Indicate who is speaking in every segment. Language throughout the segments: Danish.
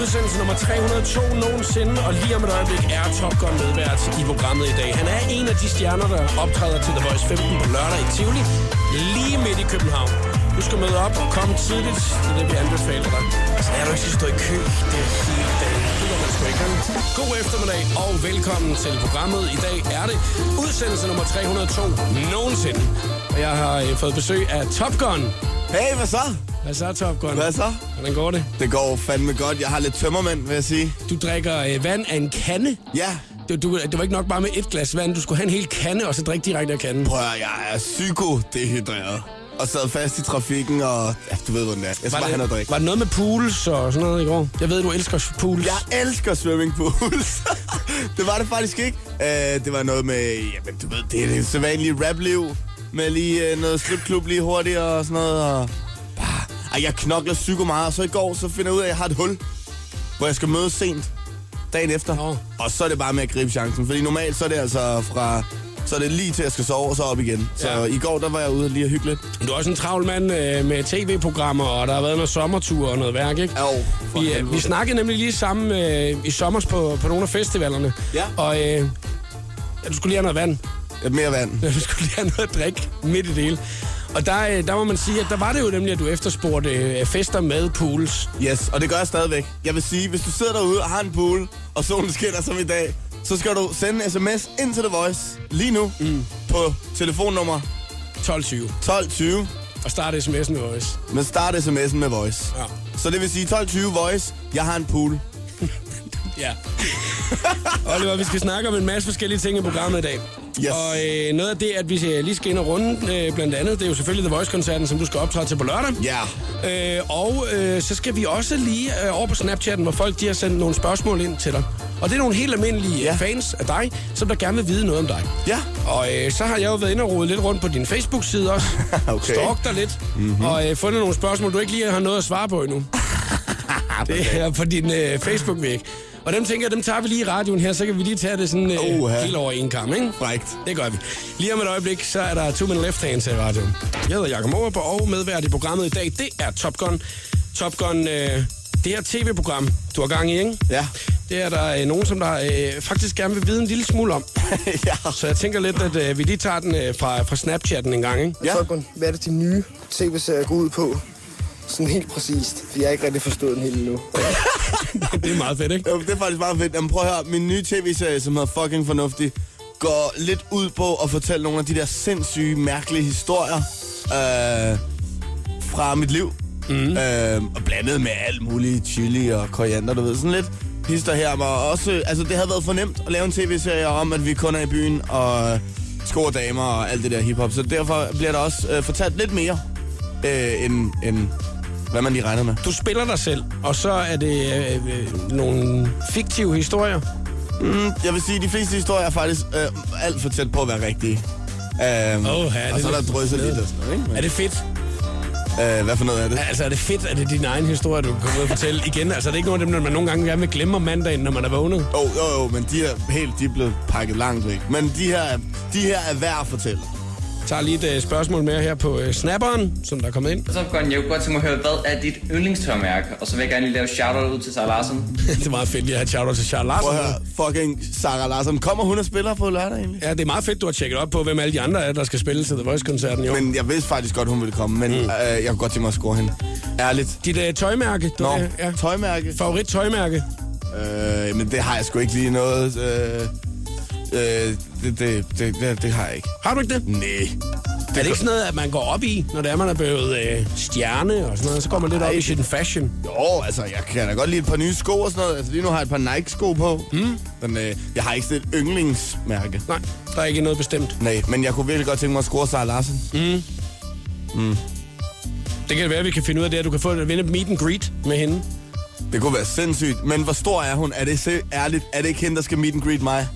Speaker 1: udsendelse nummer 302 nogensinde, og lige om et øjeblik er Top Gun medvært i programmet i dag. Han er en af de stjerner, der optræder til The Voice 15 på lørdag i Tivoli, lige midt i København. Du skal møde op og komme tidligt, det er det, vi anbefaler dig. Så er du ikke skal stå i kø, det er hele dagen. Det må man sgu ikke. God eftermiddag og velkommen til programmet. I dag er det udsendelse nummer 302 nogensinde. Og jeg har øh, fået besøg af Top Gun.
Speaker 2: Hey, hvad så?
Speaker 1: Hvad så, Top Gun?
Speaker 2: Hvad så?
Speaker 1: Hvordan går det?
Speaker 2: Det går fandme godt. Jeg har lidt tømmermænd, vil jeg sige.
Speaker 1: Du drikker øh, vand af en kande.
Speaker 2: Ja,
Speaker 1: Du, du, det var ikke nok bare med et glas vand. Du skulle have en hel kande, og så drikke direkte af kanden.
Speaker 2: prøv at høre, jeg er psykodehydreret. Og sad fast i trafikken, og ja, du ved, hvordan det er. Jeg skal bare have noget drik.
Speaker 1: var det noget med pools og sådan noget i går? Jeg ved, du elsker pools.
Speaker 2: Jeg elsker swimmingpools. det var det faktisk ikke. Uh, det var noget med, jamen du ved, det er det sædvanlige rapliv. Med lige uh, noget stripklub lige hurtigt og sådan noget. Og bare, ej, jeg knokler psyko meget, og så i går så finder jeg ud af, at jeg har et hul, hvor jeg skal møde sent dagen efter.
Speaker 1: Nå.
Speaker 2: Og så er det bare med at gribe chancen, fordi normalt så er det altså fra... Så er det lige til, at jeg skal sove, og så op igen. Så
Speaker 1: Ja.
Speaker 2: i går, der var jeg ude lige og hygge lidt.
Speaker 1: Du er også en travl mand øh, med tv-programmer, og der har været noget sommertur og noget værk, ikke?
Speaker 2: Jo, for
Speaker 1: vi, øh,
Speaker 2: helvede.
Speaker 1: vi snakkede nemlig lige sammen øh, i sommer på, på nogle af festivalerne.
Speaker 2: Ja.
Speaker 1: Og øh, ja, du skulle lige have noget vand.
Speaker 2: Mere vand.
Speaker 1: Du skulle lige have noget at drikke midt i det hele. Og der, øh, der må man sige, at der var det jo nemlig, at du efterspurgte øh, fester med pools.
Speaker 2: Yes, og det gør jeg stadigvæk. Jeg vil sige, hvis du sidder derude og har en pool, og solen skinner som i dag, så skal du sende en sms ind til The Voice lige nu mm. på telefonnummer
Speaker 1: 12.20.
Speaker 2: 1220,
Speaker 1: Og starte sms'en med os.
Speaker 2: men start sms'en med Voice.
Speaker 1: Ja.
Speaker 2: Så det vil sige 1220 Voice, jeg har en pool.
Speaker 1: Ja. Oliver, vi skal snakke om en masse forskellige ting i programmet i dag.
Speaker 2: Yes.
Speaker 1: Og øh, noget af det, at vi øh, lige skal ind og runde, øh, blandt andet, det er jo selvfølgelig The Voice-koncerten, som du skal optræde til på lørdag.
Speaker 2: Ja.
Speaker 1: Øh, og øh, så skal vi også lige øh, over på Snapchatten, hvor folk de har sendt nogle spørgsmål ind til dig. Og det er nogle helt almindelige ja.
Speaker 2: Ja.
Speaker 1: fans af dig, som der gerne vil vide noget om dig.
Speaker 2: Ja.
Speaker 1: Og øh, så har jeg jo været inde og rodet lidt rundt på din Facebook-side også.
Speaker 2: Okay. Mhm.
Speaker 1: Stalk dig lidt. Mm-hmm. Og øh, fundet nogle spørgsmål, du ikke lige har noget at svare på endnu. det er på din øh, Facebook-væg. Og dem tænker jeg, dem tager vi lige i radioen her, så kan vi lige tage det sådan øh,
Speaker 2: Oha.
Speaker 1: helt over en kamp, ikke?
Speaker 2: Frækt.
Speaker 1: Det gør vi. Lige om et øjeblik, så er der Two Men Left Hands her i radioen. Jeg hedder Jakob Morup, og medvært i programmet i dag, det er Top Gun. Top Gun, øh, det her tv-program, du har gang i, ikke?
Speaker 2: Ja.
Speaker 1: Det er der øh, nogen, som der øh, faktisk gerne vil vide en lille smule om.
Speaker 2: ja.
Speaker 1: Så jeg tænker lidt, at øh, vi lige tager den øh, fra, fra Snapchatten en gang, ikke?
Speaker 2: Ja.
Speaker 3: Ja. Top Gun, hvad er det de nye tv-serier går ud på? Sådan helt præcist, for jeg har ikke rigtig forstået den helt endnu.
Speaker 1: Det er meget fedt, ikke?
Speaker 2: Jo, Øhm, Det er faktisk meget fedt. Jamen, prøv at høre, min nye tv-serie, som hedder Fucking Fornuftig, går lidt ud på at fortælle nogle af de der sindssyge, mærkelige historier øh, fra mit liv. Mm. Øh, og blandet med alt muligt chili og koriander, du ved, sådan lidt hister her. Og også, altså, det havde været fornemt at lave en tv-serie om, at vi kun er i byen og øh, sko og damer og alt det der hiphop. Så derfor bliver der også øh, fortalt lidt mere, øh, end, end hvad man lige regnede med.
Speaker 1: Du spiller dig selv, og så er det øh, øh, nogle fiktive historier.
Speaker 2: Jeg vil sige, at de fleste historier er faktisk øh, alt for tæt på at være rigtige. Øhm,
Speaker 1: Åh, ja,
Speaker 2: og
Speaker 1: det
Speaker 2: så er
Speaker 1: er
Speaker 2: der
Speaker 1: lidt
Speaker 2: drysset
Speaker 1: nede.
Speaker 2: lidt og sådan noget, ikke?
Speaker 1: Er det fedt?
Speaker 2: Men, øh, hvad for noget er det?
Speaker 1: Altså, er det fedt, at det er din egen historie, du kommer ud og fortælle igen? Altså, er det ikke nogen af dem, når man nogle gange gerne vil glemme om mandagen, når man er vågnet?
Speaker 2: Jo, jo, jo, men de er helt de er blevet pakket langt væk. Men de her, er- de her er værd at fortælle.
Speaker 1: Jeg tager lige et øh, spørgsmål mere her på øh, snapperen, som der er kommet ind.
Speaker 4: Og så godt, jeg kunne godt tænke mig at høre, hvad er dit yndlingstørmærke? Og så vil jeg gerne lige lave shout-out ud til Sarah Larsen.
Speaker 1: det er meget fedt lige at have shout til Charles
Speaker 2: Prøv
Speaker 1: Larsen.
Speaker 2: at høre, fucking Sarah Larsen. Kommer hun og spiller på lørdag egentlig?
Speaker 1: Ja, det er meget fedt, du har tjekket op på, hvem alle de andre er, der skal spille til The Voice-koncerten. Jo. Men...
Speaker 2: Men jeg vidste faktisk godt, hun ville komme, men
Speaker 1: Mm.
Speaker 2: øh, jeg kunne godt tænke mig at score hende. Ærligt.
Speaker 1: Dit øh, tøjmærke, du
Speaker 2: Nå,
Speaker 1: Øh, ja.
Speaker 2: tøjmærke.
Speaker 1: Favorit tøjmærke.
Speaker 2: Øh, men det har jeg sgu ikke lige noget. Øh, øh, det, det, det, det, det har jeg ikke.
Speaker 1: Har du ikke det?
Speaker 2: Nej.
Speaker 1: Er det ikke sådan noget, at man går op i, når det er, man er blevet øh, stjerne og sådan noget? Så går man lidt op i sin fashion.
Speaker 2: Jo, altså, jeg kan da godt lide et par nye sko og sådan noget. Altså, lige nu har jeg et par Nike-sko på. Mm. Men øh, jeg har ikke sådan et yndlingsmærke.
Speaker 1: Nej, der er ikke noget bestemt.
Speaker 2: Nej, men jeg kunne virkelig godt tænke mig at score Sarah Larsen.
Speaker 1: Det kan være, at vi kan finde ud af det, at du kan få at vinde meet and greet med hende.
Speaker 2: Det kunne være sindssygt. Men hvor stor er hun? Er det se- ærligt? Er det ikke hende, der skal meet and greet mig?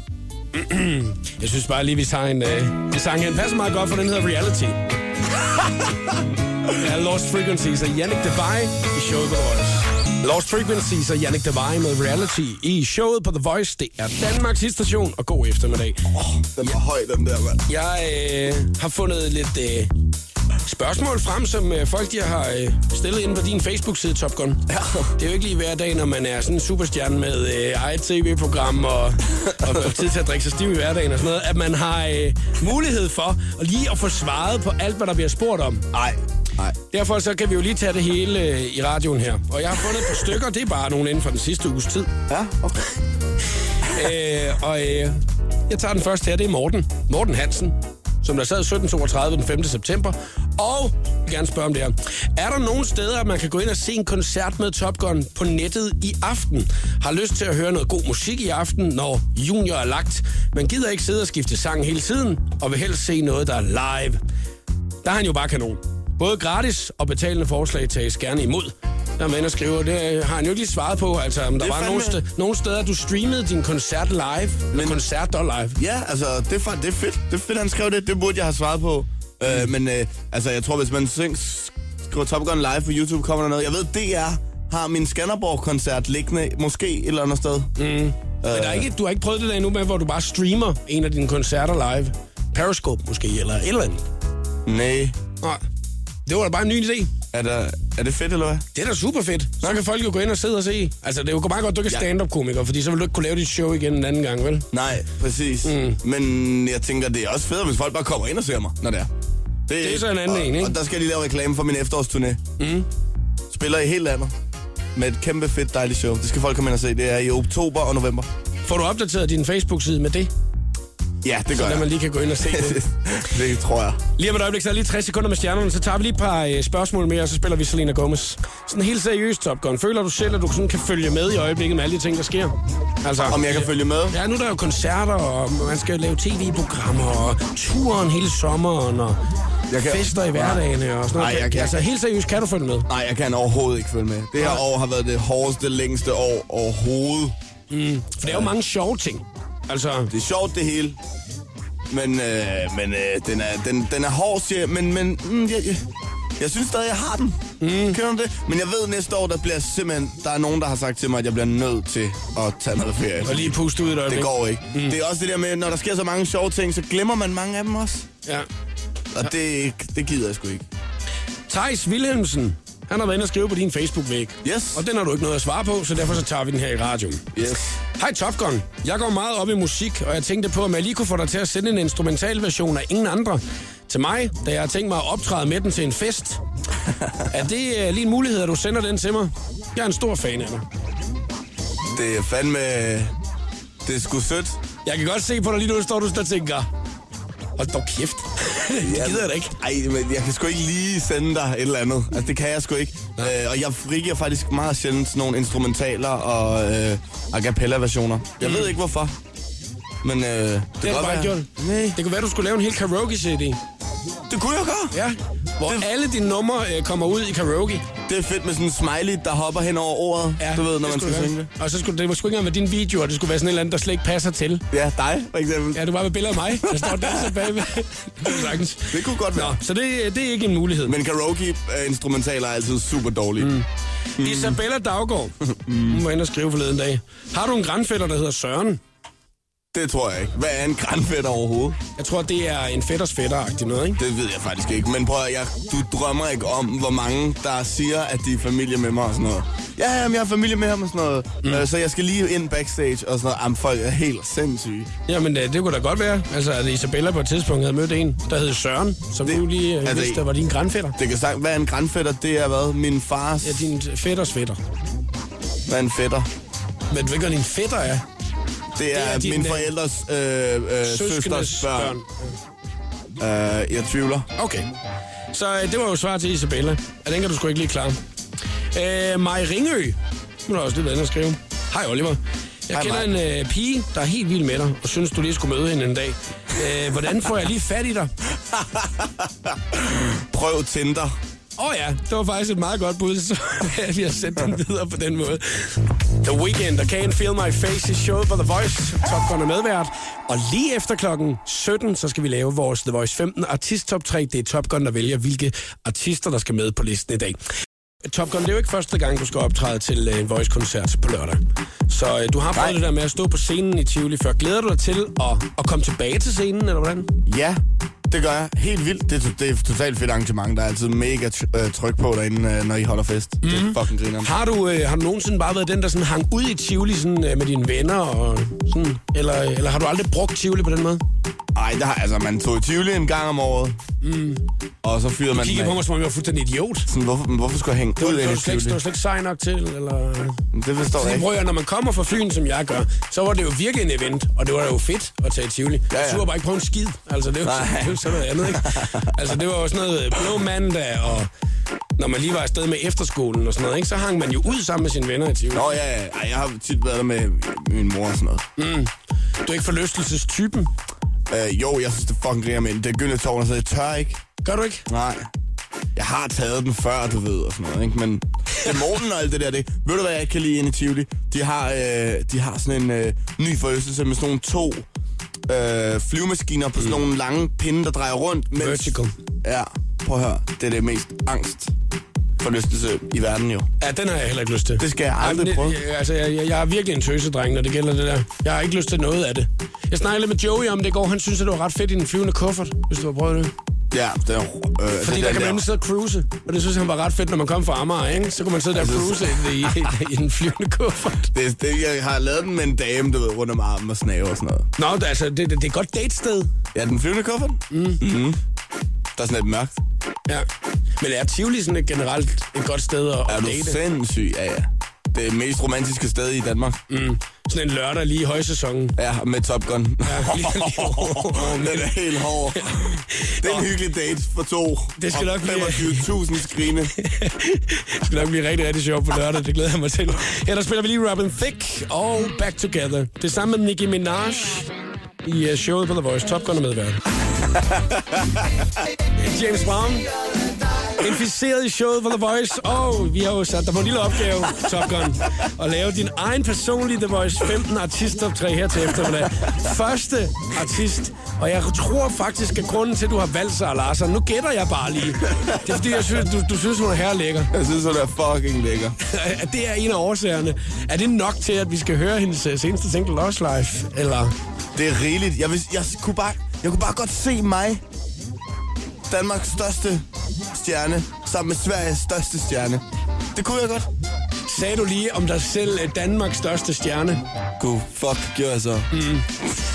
Speaker 1: Jeg synes bare lige, vi tager en, øh, vi sang her. Den passer meget godt, for den hedder Reality. Det er Lost Frequencies og Yannick Devay i showet på The Voice. Lost Frequencies og Yannick Devay med Reality i showet på The Voice. Det er Danmarks station, og god eftermiddag.
Speaker 2: Den var høj, den der, mand.
Speaker 1: Jeg øh, har fundet lidt øh, spørgsmål frem, som øh, folk de har øh, stillet ind på din Facebook-side, Top Gun. Ja. Det er jo ikke lige hver dag, når man er sådan en superstjerne med øh, eget tv-program og, og får tid til at drikke sig stiv i hverdagen og sådan noget, at man har øh, mulighed for at lige at få svaret på alt, hvad der bliver spurgt om.
Speaker 2: Nej, nej.
Speaker 1: Derfor så kan vi jo lige tage det hele øh, i radioen her. Og jeg har fundet et par stykker, det er bare nogle inden for den sidste uges tid.
Speaker 2: Ja, okay.
Speaker 1: Øh, og øh, jeg tager den første her, det er Morten. Morten Hansen, som der sad 1732 den 5. september. Og jeg vil gerne spørge om det her. Er der nogen steder, man kan gå ind og se en koncert med Top Gun på nettet i aften? Har lyst til at høre noget god musik i aften, når junior er lagt. Man gider ikke sidde og skifte sang hele tiden, og vil helst se noget, der er live. Der er han jo bare kanon. Både gratis og betalende forslag tages gerne imod. Der man skriver, det øh, har han jo ikke lige svaret på. Altså, om der
Speaker 2: Det er
Speaker 1: var nogle,
Speaker 2: fandme-
Speaker 1: ste- nogle steder, du streamede din koncert live. Men...
Speaker 2: Men-
Speaker 1: Koncert og live.
Speaker 2: Ja, altså, det er, fa- det er fedt. Det er fedt, han skrev det. Det burde jeg have svaret på. Øh, men øh, altså, jeg tror, hvis man syng, skriver Top Gun live på YouTube, kommer der noget. Jeg ved, DR har min Skanderborg-koncert liggende, måske et eller andet sted. Mm.
Speaker 1: Men der er ikke, du har ikke prøvet det der endnu med, hvor du bare streamer en af dine koncerter live. Periscope måske, eller et eller andet.
Speaker 2: Nej.
Speaker 1: Nej. Det var da bare en ny idé.
Speaker 2: Er, der, er det fedt, eller hvad?
Speaker 1: Det er da super fedt. Så kan folk jo gå ind og sidde og se. Altså, det er jo meget godt, du ikke er
Speaker 2: Ja.
Speaker 1: stand-up-komiker, fordi så vil du ikke kunne lave dit show igen en anden gang, vel?
Speaker 2: Nej, præcis. Mm. Men jeg tænker, det er også fedt, hvis folk bare kommer ind og ser mig, når det er.
Speaker 1: Det er så en anden
Speaker 2: og,
Speaker 1: en, ikke?
Speaker 2: Og der skal jeg lige lave reklame for min efterårsturné. Mm. Spiller i hele landet. Med et kæmpe fedt dejligt show. Det skal folk komme ind og se. Det er i oktober og november.
Speaker 1: Får du opdateret din Facebook-side med det?
Speaker 2: Ja, det gør
Speaker 1: Så
Speaker 2: jeg.
Speaker 1: at man lige kan gå ind og se det.
Speaker 2: det tror jeg.
Speaker 1: Lige om et øjeblik, så er der lige 60 sekunder med stjernerne, så tager vi lige et par øh, spørgsmål mere, og så spiller vi Selena Gomez. Sådan helt seriøst, Top Gun. Føler du selv, at du sådan kan følge med i øjeblikket med alle de ting, der sker? Altså,
Speaker 2: Om jeg kan følge med?
Speaker 1: Ja, nu er der jo koncerter, og man skal jo lave tv-programmer, og turen hele sommeren, og jeg
Speaker 2: Jeg
Speaker 1: kan...
Speaker 2: kan-
Speaker 1: fester i hverdagen og sådan noget.
Speaker 2: Nej, jeg kan-
Speaker 1: Altså, helt seriøst, kan du følge med?
Speaker 2: Nej, jeg kan overhovedet ikke følge med. Det her år har været det hårdeste, længste år overhovedet.
Speaker 1: For der er jo mange sjove ting. Altså,
Speaker 2: Det er sjovt det hele. Men, øh, men øh, den, er, den, den er hård, siger jeg. Men, men mm, jeg, jeg, jeg synes stadig, jeg har den. Mm. Kender du det? Men jeg ved, næste år, der bliver simpelthen... Der er nogen, der har sagt til mig, at jeg bliver nødt til at tage noget ferie.
Speaker 1: og lige puste ud et øjeblik.
Speaker 2: Det går ikke. Mm. Det er også det der med, når der sker så mange sjove ting, så glemmer man mange af dem også.
Speaker 1: Ja.
Speaker 2: Og det, det gider jeg sgu ikke.
Speaker 1: Thijs Wilhelmsen, han har været inde og skrive på din Facebook-væg.
Speaker 2: Yes.
Speaker 1: Og den har du ikke noget at svare på, så derfor så tager vi den her i radioen.
Speaker 2: Yes.
Speaker 1: Hej Top Gun. Jeg går meget op i musik, og jeg tænkte på, om jeg lige kunne få dig til at sende en instrumental version af ingen andre til mig, da jeg har tænkt mig at optræde med den til en fest. er det øh, lige en mulighed, at du sender den til mig? Jeg er en stor fan af dig.
Speaker 2: Det er fandme... Det er sgu sødt.
Speaker 1: Jeg kan godt se på dig lige nu, står du der og tænker, hold dog kæft. det gider jeg da ikke.
Speaker 2: Ej, men jeg kan sgu ikke lige sende dig et eller andet. Altså, det kan jeg sgu ikke. Øh, og jeg frigiver faktisk meget sjældent sådan nogle instrumentaler og øh, a cappella-versioner. Jeg ved ikke, hvorfor. Men øh, det,
Speaker 1: Mm. Det,
Speaker 2: kan
Speaker 1: har du
Speaker 2: godt
Speaker 1: bare
Speaker 2: være.
Speaker 1: gjort.
Speaker 2: Nej,
Speaker 1: Det kunne være, du skulle lave en hel karaoke-CD.
Speaker 2: det kunne jeg godt.
Speaker 1: Ja. Hvor
Speaker 2: Det-
Speaker 1: alle dine numre øh, kommer ud i karaoke.
Speaker 2: Det er fedt med sådan en smiley, der hopper hen over ordet.
Speaker 1: Ja,
Speaker 2: du ved, når
Speaker 1: det
Speaker 2: man
Speaker 1: skulle
Speaker 2: skal
Speaker 1: du
Speaker 2: synge
Speaker 1: gøre.
Speaker 2: det.
Speaker 1: Og så skulle det skulle ikke engang være dine videoer, det skulle være sådan et eller andet, der slet ikke passer til.
Speaker 2: Ja, dig for eksempel.
Speaker 1: Ja, det var med billeder af mig, der står og danser bagved. Det kunne sagtens.
Speaker 2: Det kunne godt være.
Speaker 1: Nå, så det, det er ikke en mulighed. Men...
Speaker 2: Men karaoke-instrumentaler er altid super dårlige. Mm.
Speaker 1: Isabella Daggaard, hun var inde og skrive forleden dag. Har du en grandfætter, der hedder Søren?
Speaker 2: Det tror jeg ikke. Hvad er en grænfætter overhovedet?
Speaker 1: Jeg tror, det er en fætters fætter noget, ikke?
Speaker 2: Det ved jeg faktisk ikke, men prøv at, jeg, du drømmer ikke om, hvor mange der siger, at de er familie med mig og sådan noget. Ja, jamen, jeg er familie med ham og sådan noget, mm. øh, så jeg skal lige ind backstage og sådan noget. Jamen, folk er helt sindssyge.
Speaker 1: Jamen, øh, det kunne da godt være. Altså, at Isabella på et tidspunkt havde mødt en, der hed Søren, som det...
Speaker 2: Det- altså-
Speaker 1: du lige
Speaker 2: er
Speaker 1: øh,
Speaker 2: det-
Speaker 1: vidste, der var din grandfætter.
Speaker 2: Det kan sagt, hvad er en grandfætter? Det er hvad? Min fars...
Speaker 1: Ja, din fætters fætter.
Speaker 2: Hvad er en fætter?
Speaker 1: Men hvad gør din fætter er?
Speaker 2: Det er,
Speaker 1: er
Speaker 2: det er
Speaker 1: din,
Speaker 2: min
Speaker 1: øh,
Speaker 2: forældres øh, øh, søsters børn. børn. Øh, jeg tvivler.
Speaker 1: Okay. Så øh, det var jo svar til Isabella. Og den kan du sgu ikke lige klare. Øh, Maj Ringø. Hun har også lidt andet at skrive. Hej Oliver. Jeg
Speaker 2: Hej,
Speaker 1: kender
Speaker 2: Maj.
Speaker 1: en øh, pige, der er helt vild med dig, og synes, du lige skulle møde hende en dag. Øh, hvordan får jeg lige fat i dig?
Speaker 2: Prøv Tinder.
Speaker 1: Åh oh ja, det var faktisk et meget godt bud, så vi har sendt den videre på den måde. The Weekend og Can't Feel My Face is showet på The Voice. Top Gun er medvært. Og lige efter klokken 17, så skal vi lave vores The Voice 15 Artist Top 3. Det er Top Gun, der vælger, hvilke artister, der skal med på listen i dag. Top Gun, det er jo ikke første gang, du skal optræde til øh, en Voice-koncert på lørdag. Så øh, du har prøvet det der med at stå på scenen i Tivoli før. Glæder du dig til at, at komme tilbage til scenen, eller hvordan?
Speaker 2: Ja, Det gør jeg. Helt vildt. Det, er to- det er et totalt fedt arrangement. Der er altid mega tr- øh, tryk på derinde, øh, når I holder fest. Mm. Det er fucking griner.
Speaker 1: Har du, øh, har du nogensinde bare været den, der sådan hang ud i Tivoli sådan, øh, med dine venner? Og sådan, eller, eller har du aldrig brugt Tivoli på den måde?
Speaker 2: Ej, der har, altså, man tog i Tivoli en gang om året. Mm. Og så fyrede man... den
Speaker 1: Kigge
Speaker 2: af.
Speaker 1: på mig, som om jeg var fuldstændig idiot.
Speaker 2: Sådan, hvorfor, men hvorfor skulle jeg hænge
Speaker 1: Du,
Speaker 2: ud
Speaker 1: du,
Speaker 2: ind
Speaker 1: var
Speaker 2: i
Speaker 1: slet, ikke- du var
Speaker 2: Tivoli?
Speaker 1: slet ikke sej nok til, eller...
Speaker 2: Det forstår jeg
Speaker 1: Fordi,
Speaker 2: ikke.
Speaker 1: prøv at, høre, når man kommer fra Fyn, som jeg gør, så var det jo virkelig en event, og det var jo fedt at tage i Tivoli. Ja,
Speaker 2: Ja,
Speaker 1: ja.
Speaker 2: ja.
Speaker 1: Jeg turde bare ikke på en skid. Altså, det var,
Speaker 2: Nej.
Speaker 1: det var sådan noget andet, ikke? Altså, det var jo sådan noget blå mandag, og når man lige var afsted med efterskolen og sådan noget, ikke? så hang man jo ud sammen med sine venner i Tivoli.
Speaker 2: Nå ja, ja. Ej, jeg har tit været der med min mor og sådan noget.
Speaker 1: Du er ikke forlystelsestypen. Mm.
Speaker 2: Øh, jo, jeg synes, det er fucking griner, men det gyldne tårn, så jeg tør ikke.
Speaker 1: Gør du ikke?
Speaker 2: Nej. Jeg har taget den før, du ved, og sådan noget, ikke? Men dæmonen og alt det der, det... Ved du, hvad jeg ikke kan lide inde i Tivoli? De har, øh, de har sådan en øh, ny forøgelse med sådan nogle to øh, flyvemaskiner på sådan nogle lange pinde, der drejer rundt. Mens...
Speaker 1: Mm. Vertical.
Speaker 2: Ja, prøv at høre. Det er det mest angst forlystelse i verden, jo.
Speaker 1: Ja, den har jeg heller ikke lyst til.
Speaker 2: Det skal jeg aldrig
Speaker 1: Jamen,
Speaker 2: prøve.
Speaker 1: det- Jeg, altså, jeg, jeg, jeg er virkelig en tøsedreng, når det gælder det der. Jeg har ikke lyst til noget af det. Jeg snakkede lidt med Joey om det i går. Han synes, at det var ret fedt i den flyvende kuffert, hvis du har prøvet det.
Speaker 2: Ja, det er... Øh,
Speaker 1: Fordi
Speaker 2: det
Speaker 1: der kan man nemlig sidde og cruise, og det synes han var ret fedt, når man kom fra Amager, ikke? Så kunne man sidde der og
Speaker 2: Altså,
Speaker 1: cruise i, i, i den flyvende kuffert.
Speaker 2: Det, det, jeg har lavet den med en dame, du ved, rundt om armen og snave og sådan noget.
Speaker 1: Nå, det- altså, det, det, det er et godt datested.
Speaker 2: Ja, den flyvende kuffert. Mm. Mm-hmm. Der er sådan lidt mørkt.
Speaker 1: Ja. Men er Tivoli sådan et generelt et godt sted at,
Speaker 2: Er
Speaker 1: at
Speaker 2: du
Speaker 1: date?
Speaker 2: sindssyg? Ja, ja. Det er mest romantiske sted i Danmark. Mm.
Speaker 1: Sådan en lørdag lige i højsæsonen.
Speaker 2: Ja, med Top Gun. Ja,
Speaker 1: lige- lige-
Speaker 2: den er helt hård. Det er en hyggelig date for to.
Speaker 1: Det skal
Speaker 2: Og
Speaker 1: nok blive-
Speaker 2: 25.000 skrine.
Speaker 1: Det skal nok blive rigtig, rigtig sjovt på lørdag, det glæder jeg mig til. Ja, der spiller vi lige Robin Thicke og Back Together. Det er sammen med Nicki Minaj i øh, showet på The Voice. Top Gun er medvært. James Brown, inficeret i showet på The Voice, og vi har jo sat dig på en lille opgave, Top Gun, at lave din egen personlige The Voice 15 artistop 3 her til eftermiddag. Første artist, og jeg tror faktisk, at grunden til, at du har valgt Sara Larsson, nu gætter jeg bare lige. Det er fordi, jeg synes, du, du synes, hun er herrelækker.
Speaker 2: Jeg synes, hun er fucking lækker.
Speaker 1: At det er en af årsagerne. Er det nok til, at vi skal høre hendes øh, seneste single, Lost Life? Eller...
Speaker 2: Det er rigeligt. Jeg, vidste, jeg, kunne bare, jeg kunne bare godt se mig. Danmarks største stjerne, sammen med Sveriges største stjerne. Det kunne jeg godt.
Speaker 1: Sagde du lige om dig selv øh, Danmarks største stjerne?
Speaker 2: God fuck, gjorde jeg så.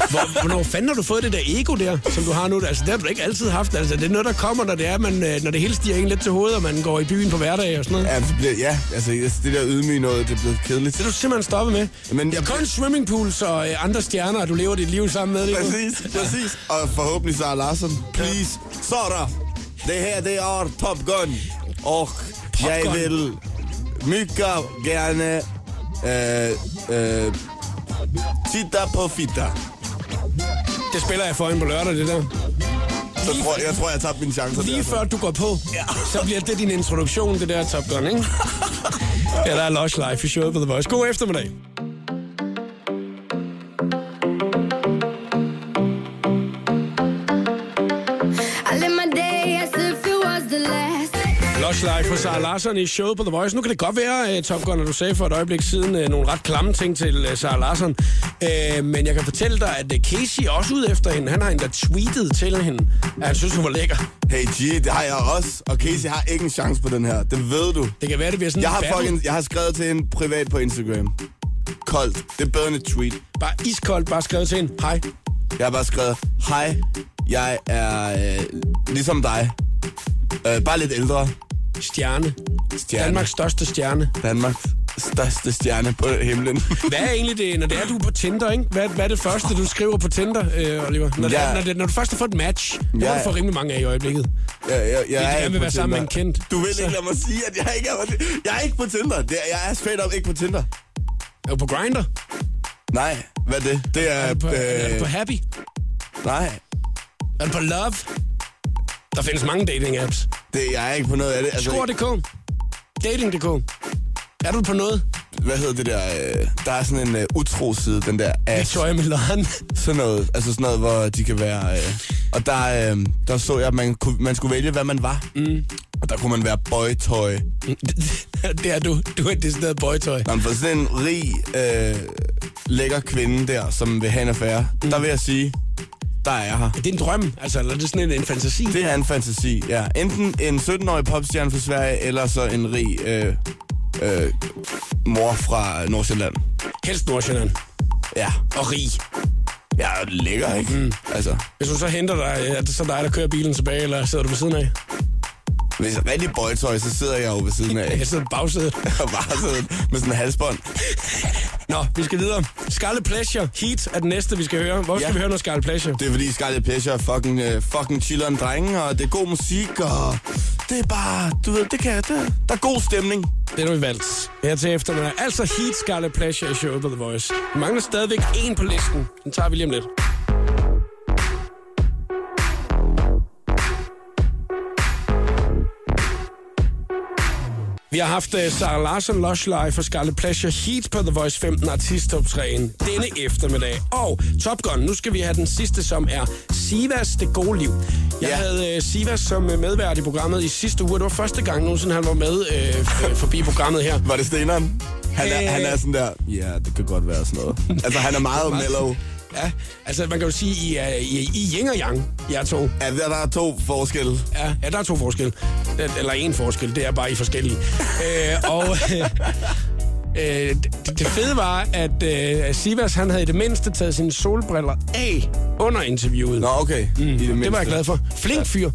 Speaker 1: Hvor, hvornår fanden har du fået det der ego der, som du har nu? Altså, det har du da ikke altid haft. Altså, det er noget, der kommer, når det, er, man, øh, når det hele stiger en lidt til hovedet, og man går i byen på hverdag og sådan noget.
Speaker 2: Ja, det bliver, ja, altså det der ydmyge noget, det er blevet kedeligt.
Speaker 1: Det er du simpelthen stoppet med. Men
Speaker 2: Men
Speaker 1: jeg...
Speaker 2: jeg-
Speaker 1: Kun swimmingpools og øh, andre stjerner, og du lever dit liv sammen med det.
Speaker 2: Præcis, præcis. Og forhåbentlig Sara Larsson. Please, Sara. Det her, det er Top Gun. Og Top jeg
Speaker 1: Gun.
Speaker 2: Gun. vil mycket gerne øh, øh, titta på fitta.
Speaker 1: Det spiller jeg for hende på lørdag, det der.
Speaker 2: Så tror, jeg tror, jeg tabte mine chancer
Speaker 1: Lige
Speaker 2: der.
Speaker 1: før du går på, ja. så bliver det din introduktion, det der Top Gun, ikke? ja, der er Lush Life i showet på The Voice. God eftermiddag.
Speaker 5: I live my day as if it was the last.
Speaker 1: Lush Life for Sara Larsson i showet på The Voice. Nu kan det godt være, uh, Top Gun, at du sagde for et øjeblik siden uh, nogle ret klamme ting til uh, Sara Larsson. Uh, men jeg kan fortælle dig, at uh, Casey er også ude efter hende. Han har endda tweetet til hende, at han synes, hun var lækker.
Speaker 2: altså. Hey G, det har jeg også. Og Casey har ikke en chance på den her. Det ved du.
Speaker 1: Det kan være, det bliver sådan
Speaker 2: Jeg
Speaker 1: en
Speaker 2: har,
Speaker 1: battle.
Speaker 2: fucking, jeg har skrevet til hende privat på Instagram. Koldt. Det er bedre end et tweet.
Speaker 1: Bare iskoldt, bare skrevet til hende. Hej.
Speaker 2: Jeg har bare skrevet, hej, jeg er øh, ligesom dig. Øh, bare lidt ældre.
Speaker 1: Stjerne.
Speaker 2: Stjerne.
Speaker 1: Danmarks største stjerne.
Speaker 2: Danmarks største stjerne på himlen.
Speaker 1: Hvad er egentlig det, når det er, du er på Tinder, ikke? Hvad, hvad er det første, du skriver på Tinder, øh, Oliver? Når, det,
Speaker 2: Ja.
Speaker 1: er- når, det, når du først har fået et match, det
Speaker 2: Ja.
Speaker 1: ja. du får rimelig mange af i øjeblikket.
Speaker 2: jeg, jeg, jeg
Speaker 1: gerne
Speaker 2: er
Speaker 1: vil
Speaker 2: ikke på
Speaker 1: være sammen med
Speaker 2: Tinder.
Speaker 1: en kendt.
Speaker 2: Du vil ikke lade mig sige, at jeg ikke er på Jeg er ikke på Tinder. Det er, jeg er straight up ikke på Tinder.
Speaker 1: Er du på Grinder?
Speaker 2: Nej, hvad er det? Det er...
Speaker 1: Er du på, er du på
Speaker 2: Øh,
Speaker 1: Happy?
Speaker 2: nej,
Speaker 1: Er du på Love? Der findes mange dating-apps.
Speaker 2: det, jeg er ikke på noget af det. Altså,
Speaker 1: Score.dk. Dating.dk. Er du på noget?
Speaker 2: hvad hedder det der? Øh, der er sådan en øh, utro side, den der ass.
Speaker 1: Victoria Milan.
Speaker 2: Sådan noget, altså sådan noget, hvor de kan være... Øh, og der, øh, der så jeg, at man, kunne, man skulle vælge, hvad man var. Mm. Og der kunne man være boytøj.
Speaker 1: det er du. Du er det sted boytøj.
Speaker 2: Når man får sådan en rig, øh, lækker kvinde der, som vil have en affære, mm. der vil jeg sige, der er jeg her.
Speaker 1: Det er en drøm, altså, eller det er sådan en, en fantasi. Det.
Speaker 2: Det er en fantasi, ja. Enten en 17-årig popstjerne fra Sverige, eller så en rig øh, øh, mor fra Nordsjælland.
Speaker 1: Helst Nordsjælland
Speaker 2: Ja,
Speaker 1: og rig.
Speaker 2: ja lækker, ikke? Mm. Altså,
Speaker 1: Hvis du så henter dig, er det så dig, der kører bilen tilbage, eller sidder du ved siden af?
Speaker 2: hvis jeg er rigtig boytøj, så sidder jeg jo ved siden af.
Speaker 1: Jeg sidder på bagsædet.
Speaker 2: Og bare sådan med sådan en halsbånd.
Speaker 1: Nå, vi skal videre. Scarlet Pleasure, Heat er den næste, vi skal høre. Hvor skal
Speaker 2: Ja.
Speaker 1: vi høre noget Scarlet Pleasure?
Speaker 2: Det er fordi Scarlet Pleasure er fucking, øh, fucking chilleren drenge, og det er god musik, og det er bare, du ved, det kan, det, der er god stemning.
Speaker 1: Den har vi valgt. Her til eftermiddag. Altså Heat, Scarlet Pleasure i showet på The Voice. Vi mangler stadigvæk en på listen. Den tager vi lige om lidt. Vi har haft uh, Sarah Larsen, Lush Life og Scarlet Pleasure Heat på The Voice 15 Artist Top 3'en denne eftermiddag. Og Top Gun, nu skal vi have den sidste, som er Sivas Det Gode Liv. Jeg
Speaker 2: Ja.
Speaker 1: havde uh, Sivas som øh, medvært i programmet i sidste uge. og Det var første gang nogensinde, han var med øh, f- forbi programmet her.
Speaker 2: Var det steneren? Han er,
Speaker 1: Øh.
Speaker 2: han er sådan der, ja, det kan godt være sådan noget. Altså, han er meget mellow.
Speaker 1: Ja, altså man kan jo sige, I er, I, er- I er yin og yang, jer to.
Speaker 2: Ja, der, der er to forskelle.
Speaker 1: Ja, ja der er to forskelle. Det- Eller en forskel, det er bare I er forskellige. øh, og øh, øh, det, det fede var, at øh, Sivas han havde i det mindste taget sine solbriller af under interviewet.
Speaker 2: Nå, okay. Mm. I det,
Speaker 1: det var jeg glad for. Flink fyr.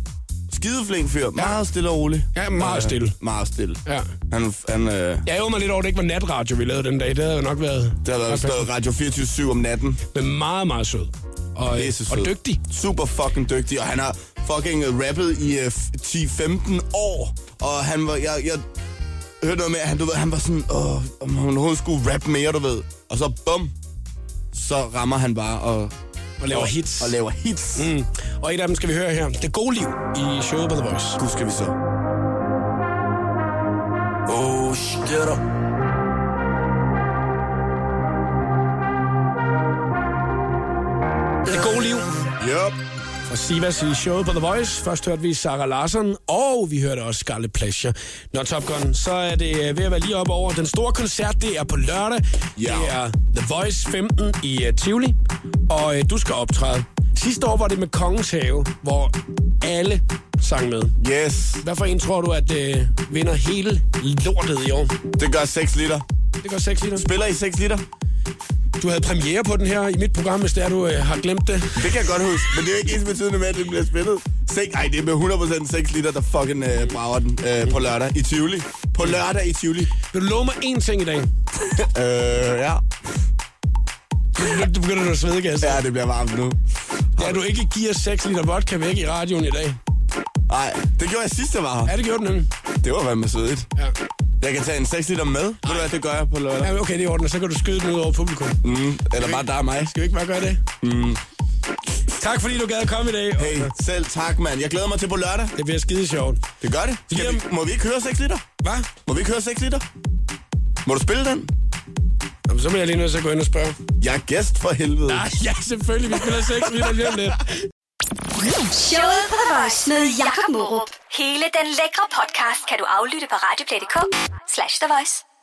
Speaker 2: Skideflink fyr. Meget stille og rolig.
Speaker 1: Ja, meget
Speaker 2: Øh,
Speaker 1: stille.
Speaker 2: meget stille.
Speaker 1: Ja.
Speaker 2: Han, han, øh,
Speaker 1: Jeg ærger mig lidt over, at det ikke var natradio, vi lavede den dag. Det havde jo nok været...
Speaker 2: det har været
Speaker 1: nok
Speaker 2: stået Radio 24 om natten.
Speaker 1: Men meget, meget sød. Og, øh,
Speaker 2: Pisse sød.
Speaker 1: og dygtig.
Speaker 2: Super fucking dygtig, og han har fucking øh, rappet i øh, f- 10-15 år. Og han var, jeg, jeg hørte noget med, at han, du ved, han var sådan, åh, om han overhovedet skulle rappe mere, du ved. Og så bum, så rammer han bare og,
Speaker 1: Og laver hits.
Speaker 2: Og laver hits. Mm.
Speaker 1: Mm. Og et af dem skal vi høre her. Det gode liv i showet på The Voice.
Speaker 2: Nu skal vi så. Oh, shit up.
Speaker 1: Det gode liv.
Speaker 2: Yup.
Speaker 1: Og Sivas i showet på The Voice. Først hørte vi Sarah Larsen, og vi hørte også Scarlet Pleasure. Når Top Gun, så er det øh, ved at være lige op over. Den store koncert, det er på lørdag.
Speaker 2: Ja.
Speaker 1: Det er The Voice 15 i uh, Tivoli, og uh, du skal optræde. Sidste år var det med Kongens Have, hvor alle sang med.
Speaker 2: Yes,
Speaker 1: Hvad for en tror du, at uh, vinder hele lortet i år?
Speaker 2: det gør 6 liter.
Speaker 1: Det går 6 liter.
Speaker 2: Spiller I 6 liter?
Speaker 1: Du havde premiere på den her i mit program, hvis det er, du uh, har glemt det.
Speaker 2: Det kan jeg godt huske, men det er jo ikke ens betydende med, at det bliver spillet. Sek, ej, det er med 100% 6 liter, der fucking øh, brager den øh, på lørdag i Tivoli. På lørdag i Tivoli.
Speaker 1: Vil du love mig én ting i dag?
Speaker 2: Øh, ja.
Speaker 1: Nu nu begynder du at svede, kan jeg se.
Speaker 2: Ja, det bliver varmt nu.
Speaker 1: Ja, du ikke giver 6 liter vodka væk i radioen i dag.
Speaker 2: Nej, det gjorde jeg sidst, jeg var her.
Speaker 1: Ja, det gjorde du nemlig.
Speaker 2: Det var fandme sødigt.
Speaker 1: Ja.
Speaker 2: Jeg kan tage en 6 liter med. Ved du hvad, det gør jeg på lørdag.
Speaker 1: ja, okay, det er i orden, og så kan du skyde den ud over publikum.
Speaker 2: Mm, eller bare dig og mig.
Speaker 1: Skal vi ikke bare gøre det? Mm. Tak fordi du gad at komme i dag.
Speaker 2: Hey, selv tak, mand. Jeg glæder mig til på lørdag.
Speaker 1: Det bliver skide sjovt.
Speaker 2: Det gør det. Skal vi, må vi ikke høre 6 liter?
Speaker 1: Hvad?
Speaker 2: Må vi ikke høre 6 liter? Må du spille den?
Speaker 1: Jamen, så bliver jeg lige nødt til at gå ind og spørge.
Speaker 2: Jeg er gæst for helvede.
Speaker 1: Nej, Ah, ja, selvfølgelig. Vi spiller 6 liter lige om lidt.
Speaker 6: Showet på The Voice med Jakob Morup. Hele den lækre podcast kan du aflytte på radioplay.dk slash The Voice.